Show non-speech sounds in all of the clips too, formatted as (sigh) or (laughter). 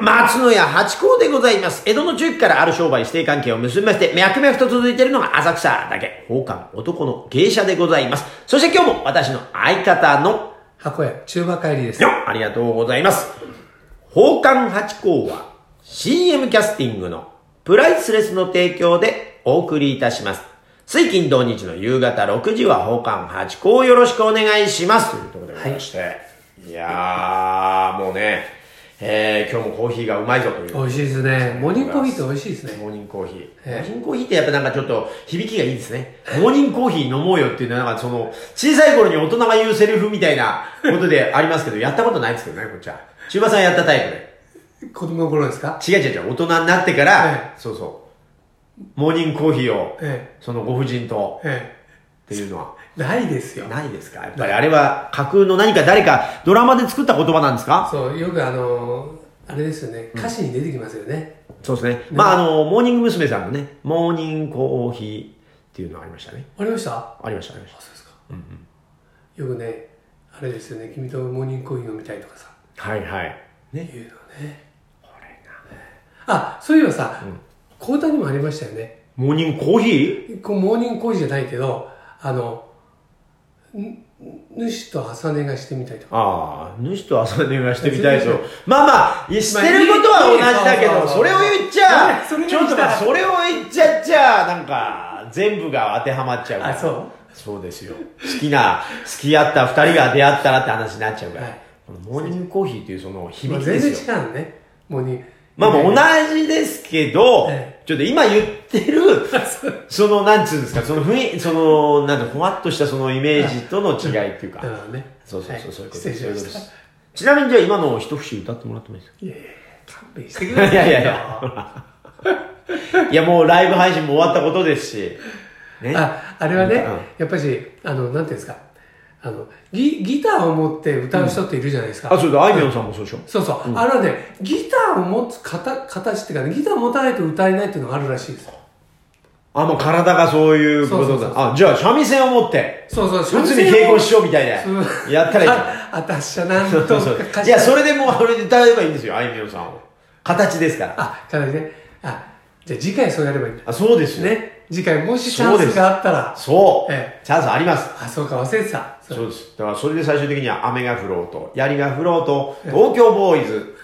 松野屋八甲でございます。江戸の中期からある商売指定関係を結びまして、脈々と続いているのが浅草だけ、宝冠男の芸者でございます。そして今日も私の相方の、箱屋、中馬帰りですよ。っありがとうございます。宝冠八甲は CM キャスティングのプライスレスの提供でお送りいたします。水金土日の夕方6時は宝冠八甲をよろしくお願いします。というところでございまして。い、やー、もうね、えー、今日もコーヒーがうまいぞという。美味しいですね。モーニングコーヒーって美味しいですね。モーニングコーヒー。モえーニングコーヒーってやっぱなんかちょっと響きがいいですね。モーニングコーヒー飲もうよっていうのはなんかその、小さい頃に大人が言うセリフみたいなことでありますけど、やったことないですけどね、こっちは。中馬さんやったタイプで。子供の頃ですか違う違う違う、大人になってから、えそうそう。モーニングコーヒーを、えそのご婦人とえ。えっていうのは、え。ないですよ。ないですかやっぱりあれは架空の何か誰かドラマで作った言葉なんですかそう、よくあのー、あれですよね。歌詞に出てきますよね。そうですね。まああの、モーニング娘。さんのね、モーニングコーヒーっていうのありましたね。ありましたあ、ありました、ありましそうですか。よくね、あれですよね。君とモーニングコーヒー飲みたいとかさ。た。はいはい。ね。いうのね。これが。あ、そういえばさ、交代にもありましたよね。モーニングコーヒーこうモーニングコーヒーじゃないけど、あの、んん主と朝寝がしてみたいとか。ああ、主と朝寝がしてみたいと。 (laughs) まあまあ、してることは同じだけど、それを言っちゃ、それちょっとまあそれを言っちゃっちゃ、なんか、全部が当てはまっちゃうから。あそうそうですよ。好きな、付き合った二人が出会ったらって話になっちゃうから。はいこのモーニングコーヒーっていうそのまあ響きで全然すよ。違うのね。モーニング。まあもう同じですけどえ、ちょっと今言って (laughs) る、その、なんつうんですか、その雰囲その、なんか、ふわっとしたそのイメージとの違いっていうか。だからね。そうそうそう、そうはいいことでう失礼すそういうこしましとでた。す。ちなみにじゃあ今の一節歌ってもらってもいいですかいやいや、勘弁してくいださいよ。やいやいや。いやもうライブ配信も終わったことですし。ね。あ、あれはね、うんやっぱし、あの、なんていうんですか。あの、ギギターを持って歌う人っているじゃないですか。あ、そうだ、あいみょんさんもそうでしょ。そうそう。あれはね、ギターを持つ形形っていうかね、ギターを持たないと歌えないっていうのがあるらしいです。あ、もう体がそういうことそうそうそうだ。あ、じゃあ三味線を持って。そうそう、うつに稽古しようみたいそうで。やったらいいじゃん。あ、あたしゃなんそうとそうそう。いや、それ。れでもう、それで歌えばいいんですよ、あいみょんさんを。形ですから。あ、かなりね。あ、じゃあ次回そうやればいいんだ。あ、そうですよ。ね。次回もしチャそうンですスがあったら。そうえ。チャンスあります。あ、そうか、忘れてた。そうそうです。だからそれで最終的には雨が降ろうと、槍が降ろうと、東京ボーイズ、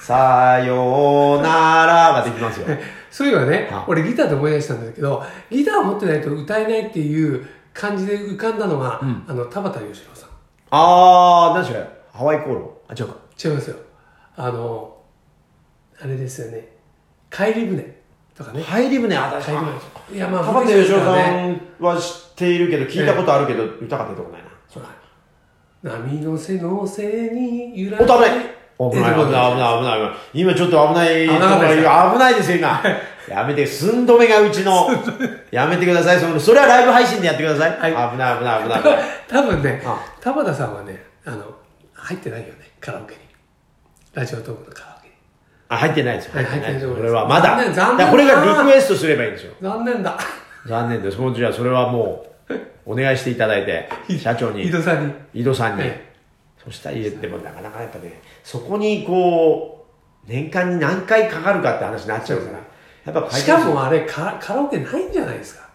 さようならができますよ。そういえばねあ、俺ギターで思い出したんだけど、ギターを持ってないと歌えないっていう感じで浮かんだのが、あの、田畑義郎さあー、何しろハワイコーロあ、違うか。ん。違いますよ。あの、あれですよね。帰り船とかね。入り船、あ、確帰りかに。船。いや、まあ、浜田古いで義す郎かさらね。んは知っているけど、聞いたことあるけど、歌かったことないな。そうだ波の背のせいに揺らおっと危ないお危ない危ない危ない危ない危ない今ちょっと危ない危なかったです危ないですよ今やめて寸止めがうち (laughs) のやめてくださいそのそれはライブ配信でやってください、危ない危ない危ない危ない (laughs) 多分ねあ、田畑さんはね、あの、入ってないよね、カラオケに。ラジオトークのカラオケに。あ、入ってないですよ。はい入ってないですこれはまだ。残念残念だからこれがリクエストすればいいんですよ。残念だ。残念です。もうじゃあそれはもう、お願いしていただい (laughs) て、社長に井、戸さんに。井戸さんにはい。そしたら言ってもなかなかやっぱね、そこにこう、年間に何回かかるかって話になっちゃうから。やっぱしかもあれカラ、カラオケないんじゃないですか。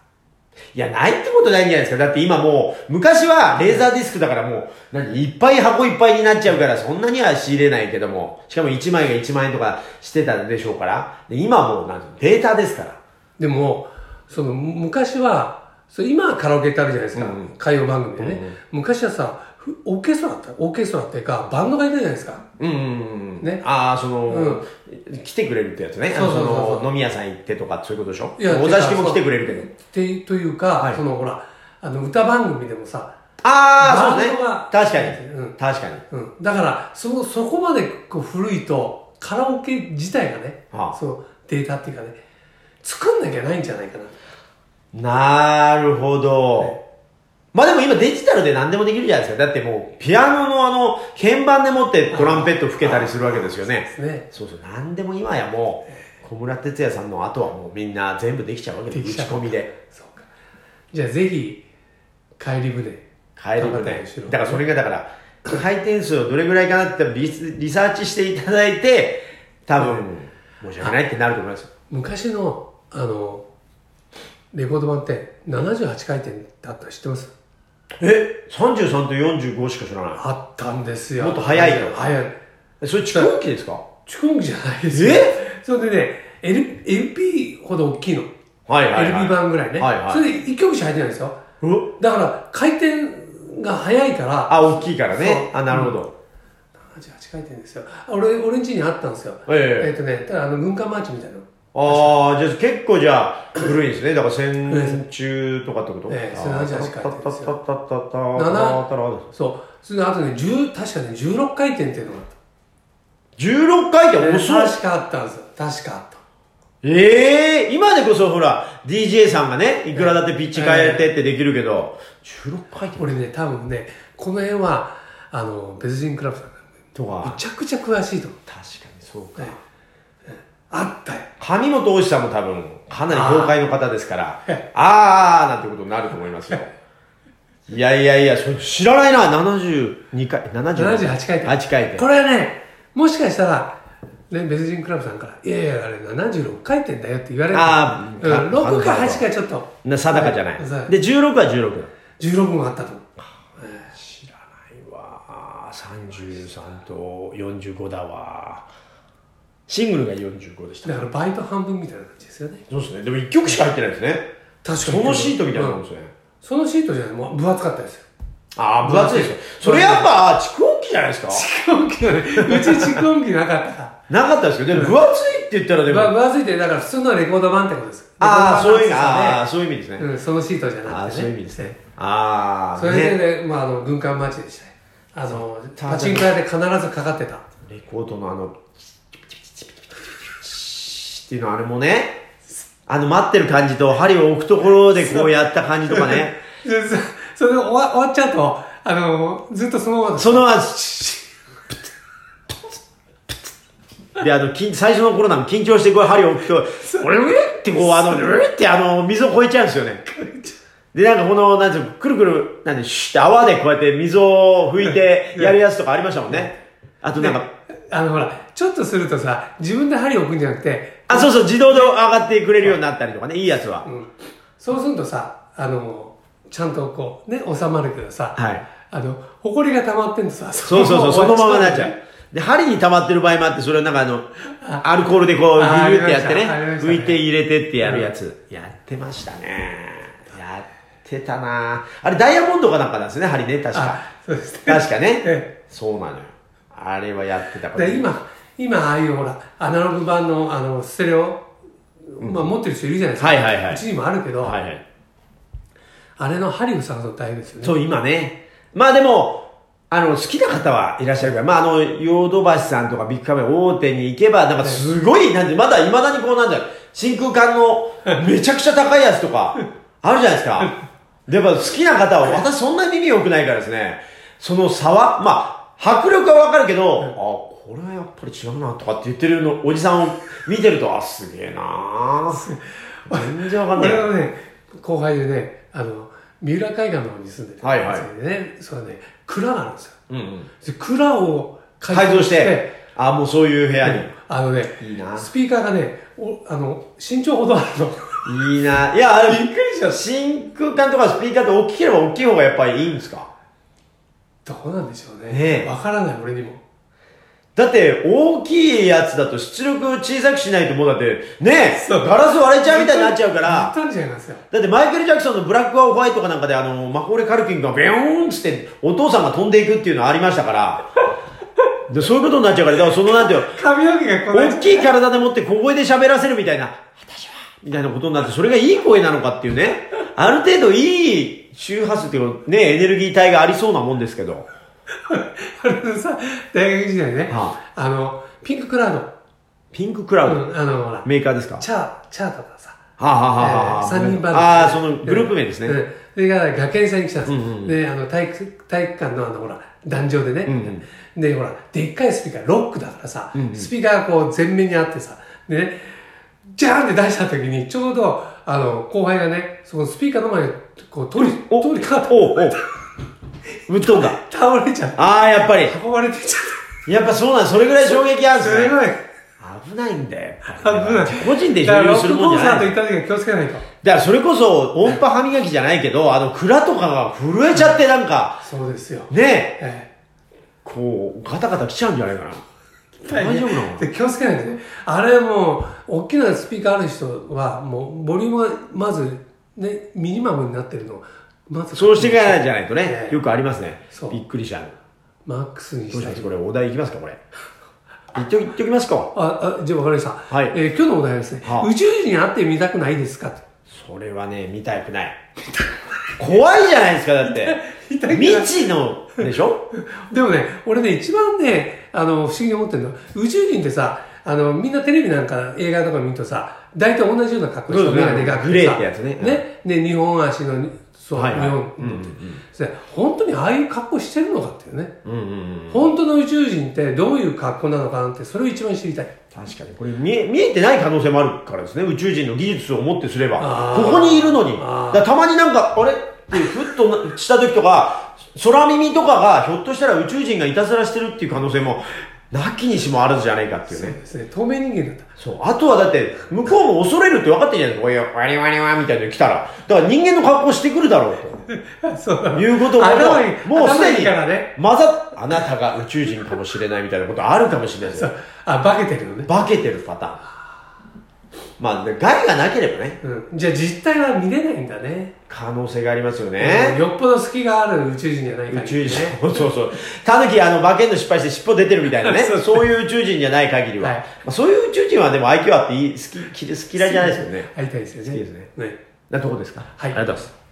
いや、ないってことないんじゃないですか。だって今もう、昔はレーザーディスクだからもう、何、いっぱい箱いっぱいになっちゃうから、そんなには仕入れないけども、しかも1枚が1万円とかしてたでしょうから、で今もう、なんていうのデータですから。でも、その、む昔は、そう今はカラオケってあるじゃないですか。うんうん歌謡番組でね、うんう昔はさ、ふオーケストラだった、オーケストラっていうか、バンドがいたじゃないですか。うんうんうんねああ、その、来てくれるってやつね。そうそうそうそうあのの飲み屋さん行ってとか、そういうことでしょいやお座敷てかも来てくれるけどそ。うて、というか、いそのほら、あの、歌番組でもさ、ああ、そうバンねドが。確かに。うん確かに。うん。だから、そ、そこまでこう古いと、カラオケ自体がね、はあそのデータっていうかね、作んなきゃないんじゃないかな。なるほど。まあでも今デジタルで何でもできるじゃないですか。だってもう、ピアノのあの、鍵盤でもってトランペット吹けたりするわけですよね。そうですねそうそう、何でも今やもう、小村哲也さんの後はもうみんな全部できちゃうわけで。ですきち打ゃうち込みで。そうか。じゃあぜひ、帰り船。帰る田畑ね義郎。だからそれがだから、回転数をどれぐらいかなってリスリサーチしていただいて、多分、申し訳ないってなると思いますよ。昔のあのレコード版って78回転だったの知ってますえ ?33 と45しか知らなあったんですよもっと早いよ早いい。それ、蓄音機ですか蓄音機じゃないですよえそれでね L LP ほど大きいの、はいはい、はい。 LP 版ぐらいね、はいはいそれで1曲しか入ってないんですようだから回転が早いからあ、大きいからね。そうあ、なるほど。 78回転ですよあ俺俺ん家にあったんですよええっ、とねただあの軍艦マーチみたいなのああ、じゃあ結構じゃあ、古いんですね。だから戦中とかってことええあーそれ78回転ですよたたたたたた七たらそうそれであとね10確かね16回転っていうのがあった16回え転ー遅い。確かあったんですよ確かあったええ今でこそほら、DJ さんがね、いくらだってピッチ変えてってできるけど、16回転俺ね多分ねこの辺はあの別人クラブさんとがむか、ちゃくちゃ詳しいと思う確かにそうか。あったよ神本大志さんも多分、かなり業界の方ですから、あーなんてことになると思います (laughs) よ。いやいやいや、それ知らないな、72回、78 78回転8回転。これはねもしかしたら、ね、別人クラブさんから「いやいやあれ76回転だよ」って言われるあーうん、か6かか8かちょっとな定かじゃない。はいで、16は16だ。 16もあったと思う知らないわ33と45だわシングルが45でしただからバイト半分みたいな感じですよねそうですねでも1曲しか入ってないですね確かにそのシートみたいなもんうんですね、そのシートじゃないもう分厚かったですよああ分厚いですよそれやっぱ蓄音機じゃないですか蓄音機がねうち蓄音機なかったからなかったですけどでも分厚いって言 (laughs) ったらでまもあ、分厚いってだから普通のレコード版ってことですああそういう意味レコードあ版あそういう意味ですね、なんですよねうん、そのシートじゃなくて、ね、ああそういう意味ですねああそれでねね、まあ、あの軍艦マーチでしたねあのパチンコ屋で必ずかかってたレコードのあのっていうのあれもねあの待ってる感じと針を置くところでこうやった感じとかねでそそれで終わ終わっちゃうとあのずっとそのままそのままで、あの、緊最初の頃なんか緊張してこう針を置くと、俺うえってこう、あの、うえってあの、溝を越えちゃうんですよね。で、なんかこの、なんていうのくるくる、なんで、シュって泡でこうやって溝を拭いてやるやつとかありましたもんね。あとなんか、あのほらちょっとするとさ自分で針を置くんじゃなくてあ、そうそう、自動で上がってくれるようになったりとかね、いいやつは。そうするとさあのちゃんとこうね収まるけどさ、はいあの埃が溜まってんのさそうそうそう、そのままになっちゃうう。で、針に溜まってる場合もあって、それをなんかあの、アルコールでこう、あーぐるってやってねありまし、たありま拭したいて入れてってやるやつ。やってましたね。やってたなあれ、ダイヤモンドかなんかなんですね、針ね、確か。あそうですね確かねえ。そうなのよ。あれはやってたから。で今今ああいうほらアナログ版のあのステレオ、まあ、持ってる人いるじゃないですか、はいはいはいうちにもあるけど、はいはい。あれの針を探すの大変ですよねそう、今ね。まあでも、あの、好きな方はいらっしゃるから、まああの、ヨードバシさんとかビッグカメラ大手に行けば、なんかすごい、なんて、まだ未だにこうなんだろう、真空管のめちゃくちゃ高いやつとか、あるじゃないです (laughs) か。で、やっぱ好きな方は、私そんなに耳良くないからですね、その差は、まあ、迫力はわかるけど、あ、これはやっぱり違うなとかって言ってるの、おじさんを見てると、あ、すげえな (laughs) ぁ。全然わかんない俺。のね後輩でねあの三浦海岸の方に住んでて、はいはいそれでねそうね蔵があるんですようんうん。で蔵を改造して、あ、もうそういう部屋に。あのねいいなスピーカーがねおあの身長ほどあるの (laughs) いいな。いや、あれ、びっくりした真空管とかスピーカーって大きければ大きい方がやっぱりいいんですかどうなんでしょうねねえわからない俺にもだって、大きいやつだと出力小さくしないともうだって、ねえ、そうガラス割れちゃうみたいになっちゃうか言っら、たんじゃいますよだってマイケル・ジャクソンのブラック・アオ・ホワイトかなんかで、あの、マコーレ・カルキンがビヨーンっつって、お父さんが飛んでいくっていうのはありましたから、でそういうことになっちゃうから、だからそのなんていうの、髪の毛がこんな大きい体でもって小声で喋らせるみたいな、私は、みたいなことになって、それがいい声なのかっていうね。ある程度いい周波数っていうかね、エネルギー体がありそうなもんですけど。あのさ、大学時代ね、はあの、ピンククラウピンククラウド、ド、うん、あの、ほら、メーカーですかはチャー、チャーとかさ、あ、はあはあはあ、えー三人バンド。ああ、そのグループ名ですね。うん。それが学園祭に来たんですよ、で、あの、体育、体育館のあの、ほら、壇上でね、で、ほら、でっかいスピーカー、ロックだからさ、スピーカーがこう、前面にあってさ、でね、ジャーンって出した時に、ちょうど、あの、後輩がね、そのスピーカーの前に、こう、通り、お通りかかっおうおう。ぶっ飛んだ。て、倒れちゃって、ああ、やっぱり。運ばれてっちゃっやっぱそうなんそれぐらい衝撃あるんて、ですすね。ごい。あ危ないんだよ。危ない個人でだから所有すロッるクもんコンじサゃなートい。行った時は気をつけないと。だからそれこそ音波歯磨きじゃないけど、あの蔵とかが震えちゃってなんか、そうですよ。ねえ、えこう、ガタガタ来ちゃうんじゃないかな。え大丈夫なので気をつけないとね。あれもう、大きなスピーカーある人は、もう、ボリュームがまず、ね、ミニマムになってるのをまず、そうしていかないじゃないとねえ、えよくありますねそ。うびっくりしちゃう。マックスにどうししたまいす。これ、お題いきますか、これ。言っておき言っておきますか。あ、あ、じゃあ分かりました。はいえー今日のお題はですね、はあ宇宙人に会ってみたくないですかと。それはね、見たく (laughs) ない。怖いじゃないですか、だって。見たくない未知の、でしょでもね、俺ね、一番ね、あの、不思議に思ってるのは、宇宙人ってさ、あの、みんなテレビなんか映画とか見るとさ、大体同じような格好してそうでメすガねネがグレーってやつねね。ね、日本足の、そう、はいはい日本、うんうんうんそれ本当にああいう格好してるのかっていうね。うんうんうん。本当の宇宙人ってどういう格好なのかなんて、それを一番知りたい。確かに、これ見え、見えてない可能性もあるからですね、宇宙人の技術をもってすればあ。ーここにいるのに。だあーからたまになんか、あれってふっとなした時とか、空耳とかが、ひょっとしたら宇宙人がいたずらしてるっていう可能性も、なきにしもあるじゃないかっていうそうね。ですね。透明人間だった。そう。あとはだって、向こうも恐れるって分かってんじゃないですか。おいおい、ワニワニワニみたいなの来たら。だから人間の格好してくるだろう (laughs) そうと。いうことも頭いい、もうすで頭いいに、からね。混ざっ、あなたが宇宙人かもしれないみたいなことあるかもしれないですよそうあ、化けてるのね。化けてるパターン。まあ、で害がなければね、うん。じゃあ実態は見れないんだね。可能性がありますよね。よっぽど隙がある宇宙人じゃないか宇宙人、そうそうそう。タヌキ、あの、馬券の失敗して尻尾出てるみたいなね。(laughs) そそうういう宇宙人じゃない限りは。はいまあ、そういう宇宙人はでも愛嬌あっていい、好き、き好き嫌いじゃないですよね。会いたいですよね好きですねねなとこですかはいありがとうございます。